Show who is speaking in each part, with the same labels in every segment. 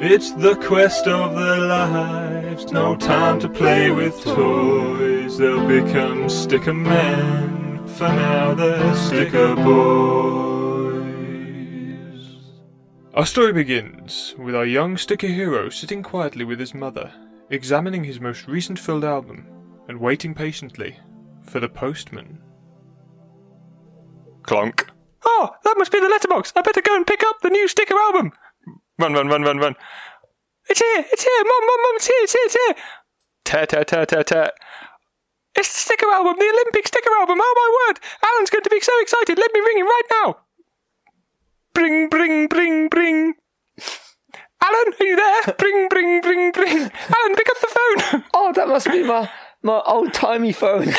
Speaker 1: It's the quest of their lives. No time to play with toys. They'll become sticker men. For now, they're sticker boys. Our story begins with our young sticker hero sitting quietly with his mother, examining his most recent filled album, and waiting patiently for the postman. Clonk.
Speaker 2: Oh, that must be the letterbox. I better go and pick up the new sticker album.
Speaker 1: Run, run, run, run, run.
Speaker 2: It's here, it's here, mum, mum, mum, it's here, it's here, it's here.
Speaker 1: Tat, tat, tat, tat, tat.
Speaker 2: It's the sticker album, the Olympic sticker album. Oh my word, Alan's going to be so excited. Let me ring him right now. Bring, bring, bring, bring. Alan, are you there? bring, bring, bring, bring. Alan, pick up the phone.
Speaker 3: Oh, that must be my my old timey phone.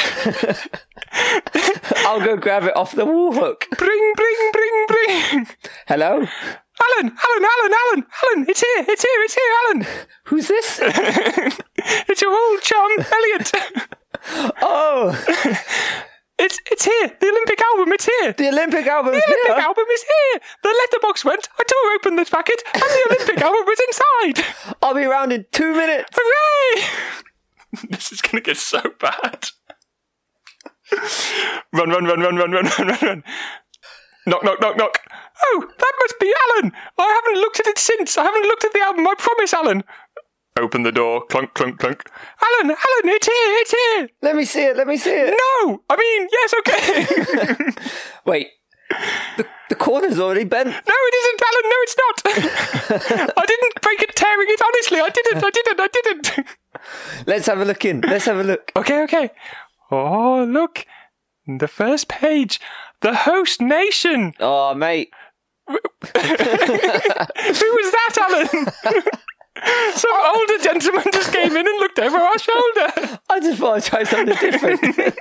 Speaker 3: I'll go grab it off the wall hook.
Speaker 2: bring, bring, bring, bring.
Speaker 3: Hello,
Speaker 2: Alan, Alan, Alan, Alan, Alan, it's here, it's here, it's here, Alan.
Speaker 3: who's this?
Speaker 2: It's your old chum, Elliot.
Speaker 3: Oh,
Speaker 2: It's it's here, the Olympic album, it's here.
Speaker 3: the Olympic album's
Speaker 2: The Olympic
Speaker 3: here.
Speaker 2: album is here. The letterbox went. I tore open the packet, and the Olympic album was inside.
Speaker 3: I'll be around in two minutes.
Speaker 2: Hooray!
Speaker 1: This is gonna get so bad. run, run, run, run, run, run, run, run, run. Knock, knock, knock, knock.
Speaker 2: Oh, that must be Alan. I haven't looked at it since. I haven't looked at the album. I promise, Alan.
Speaker 1: Open the door. Clunk, clunk, clunk.
Speaker 2: Alan, Alan, it's here, it's here.
Speaker 3: Let me see it. Let me see it.
Speaker 2: No, I mean yes, okay.
Speaker 3: Wait, the, the corner's already bent.
Speaker 2: no, it isn't, Alan. No, it's not. I didn't break it, tearing it. Honestly, I didn't. I didn't. I didn't.
Speaker 3: Let's have a look in. Let's have a look.
Speaker 2: Okay, okay. Oh, look. The first page. The host nation.
Speaker 3: Oh, mate.
Speaker 2: Who was that, Alan? Some older gentleman just came in and looked over our shoulder.
Speaker 3: I just want to try something different.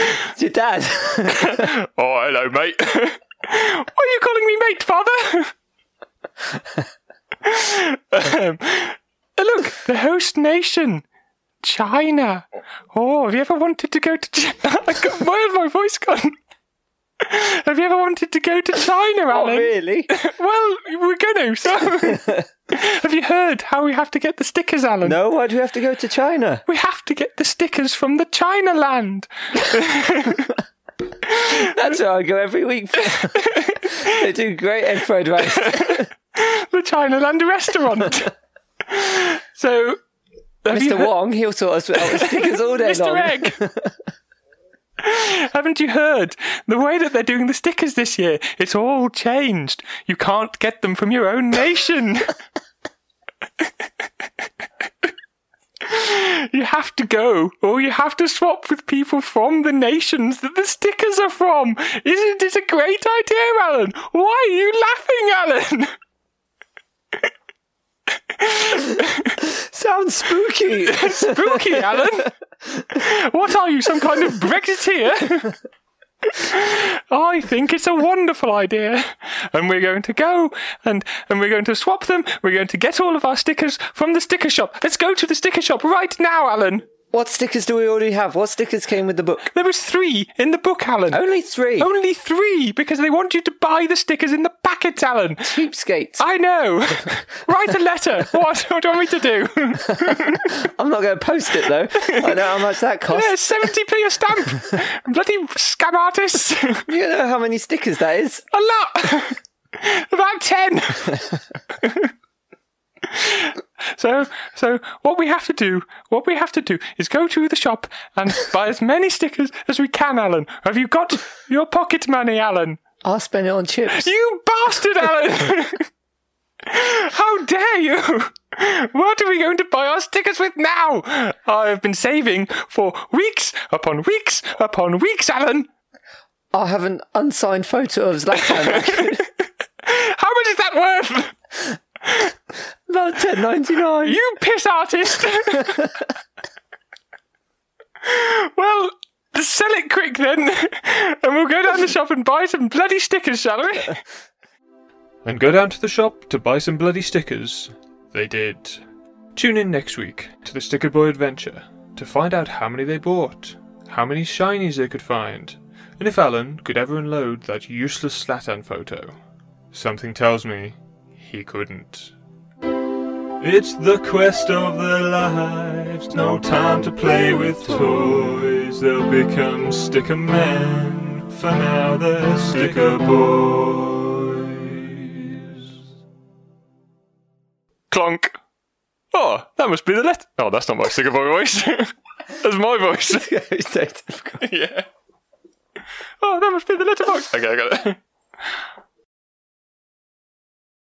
Speaker 3: it's your dad.
Speaker 1: Oh, hello, mate.
Speaker 2: Why are you calling me mate, father? Um, look, the host nation. China. Oh, have you ever wanted to go to China? Where's my voice gone? Have you ever wanted to go to China,
Speaker 3: Not
Speaker 2: Alan?
Speaker 3: really.
Speaker 2: Well, we're going to, so. have you heard how we have to get the stickers, Alan?
Speaker 3: No, why do we have to go to China?
Speaker 2: We have to get the stickers from the China land.
Speaker 3: That's where I go every week. they do great egg fried rice.
Speaker 2: The China land restaurant. so. have you
Speaker 3: Mr.
Speaker 2: heard-
Speaker 3: Wong, he'll sort us out with stickers all day
Speaker 2: Mr.
Speaker 3: long.
Speaker 2: Egg. Haven't you heard? The way that they're doing the stickers this year, it's all changed. You can't get them from your own nation. you have to go, or you have to swap with people from the nations that the stickers are from. Isn't it a great idea, Alan? Why are you laughing, Alan?
Speaker 3: Sounds spooky.
Speaker 2: Spooky, Alan. What are you, some kind of Brexiteer? I think it's a wonderful idea. And we're going to go and, and we're going to swap them. We're going to get all of our stickers from the sticker shop. Let's go to the sticker shop right now, Alan.
Speaker 3: what stickers do we already have? What stickers came with the book?
Speaker 2: There was three in the book, Alan.
Speaker 3: Only three.
Speaker 2: Only three because they want you to buy the stickers in the packets, Alan.
Speaker 3: Cheapskates.
Speaker 2: I know. Write a letter. What? What do you want me to do?
Speaker 3: I'm not going to post it though. I know how much that costs.
Speaker 2: Yeah, 70p a stamp. Bloody scam artists.
Speaker 3: You know how many stickers that is?
Speaker 2: A lot. About ten. so, so what we have to do, what we have to do, is go to the shop and buy as many stickers as we can. Alan, have you got your pocket money, Alan?
Speaker 3: I'll spend it on chips.
Speaker 2: You bastard, Alan! How dare you! What are we going to buy our stickers with now? I've been saving for weeks upon weeks upon weeks, Alan.
Speaker 3: I'll have an unsigned photo of Zlatan.
Speaker 2: How much is that worth?
Speaker 3: About ten ninety nine.
Speaker 2: You piss artist! well, sell it quick then, and we'll go down the shop and buy some bloody stickers, shall we?
Speaker 1: and go down to the shop to buy some bloody stickers. They did. Tune in next week to the Sticker Boy Adventure to find out how many they bought, how many shinies they could find, and if Alan could ever unload that useless Slatan photo.
Speaker 2: Something tells me he couldn't. It's the quest of their lives. No time to play with toys. They'll become sticker men. For now, they're sticker boys.
Speaker 4: Clonk. Oh, that must be the letter. Oh, that's not my sticker boy voice. that's my voice.
Speaker 5: It's so difficult.
Speaker 4: yeah. Oh, that must be the letterbox. Okay, I got it.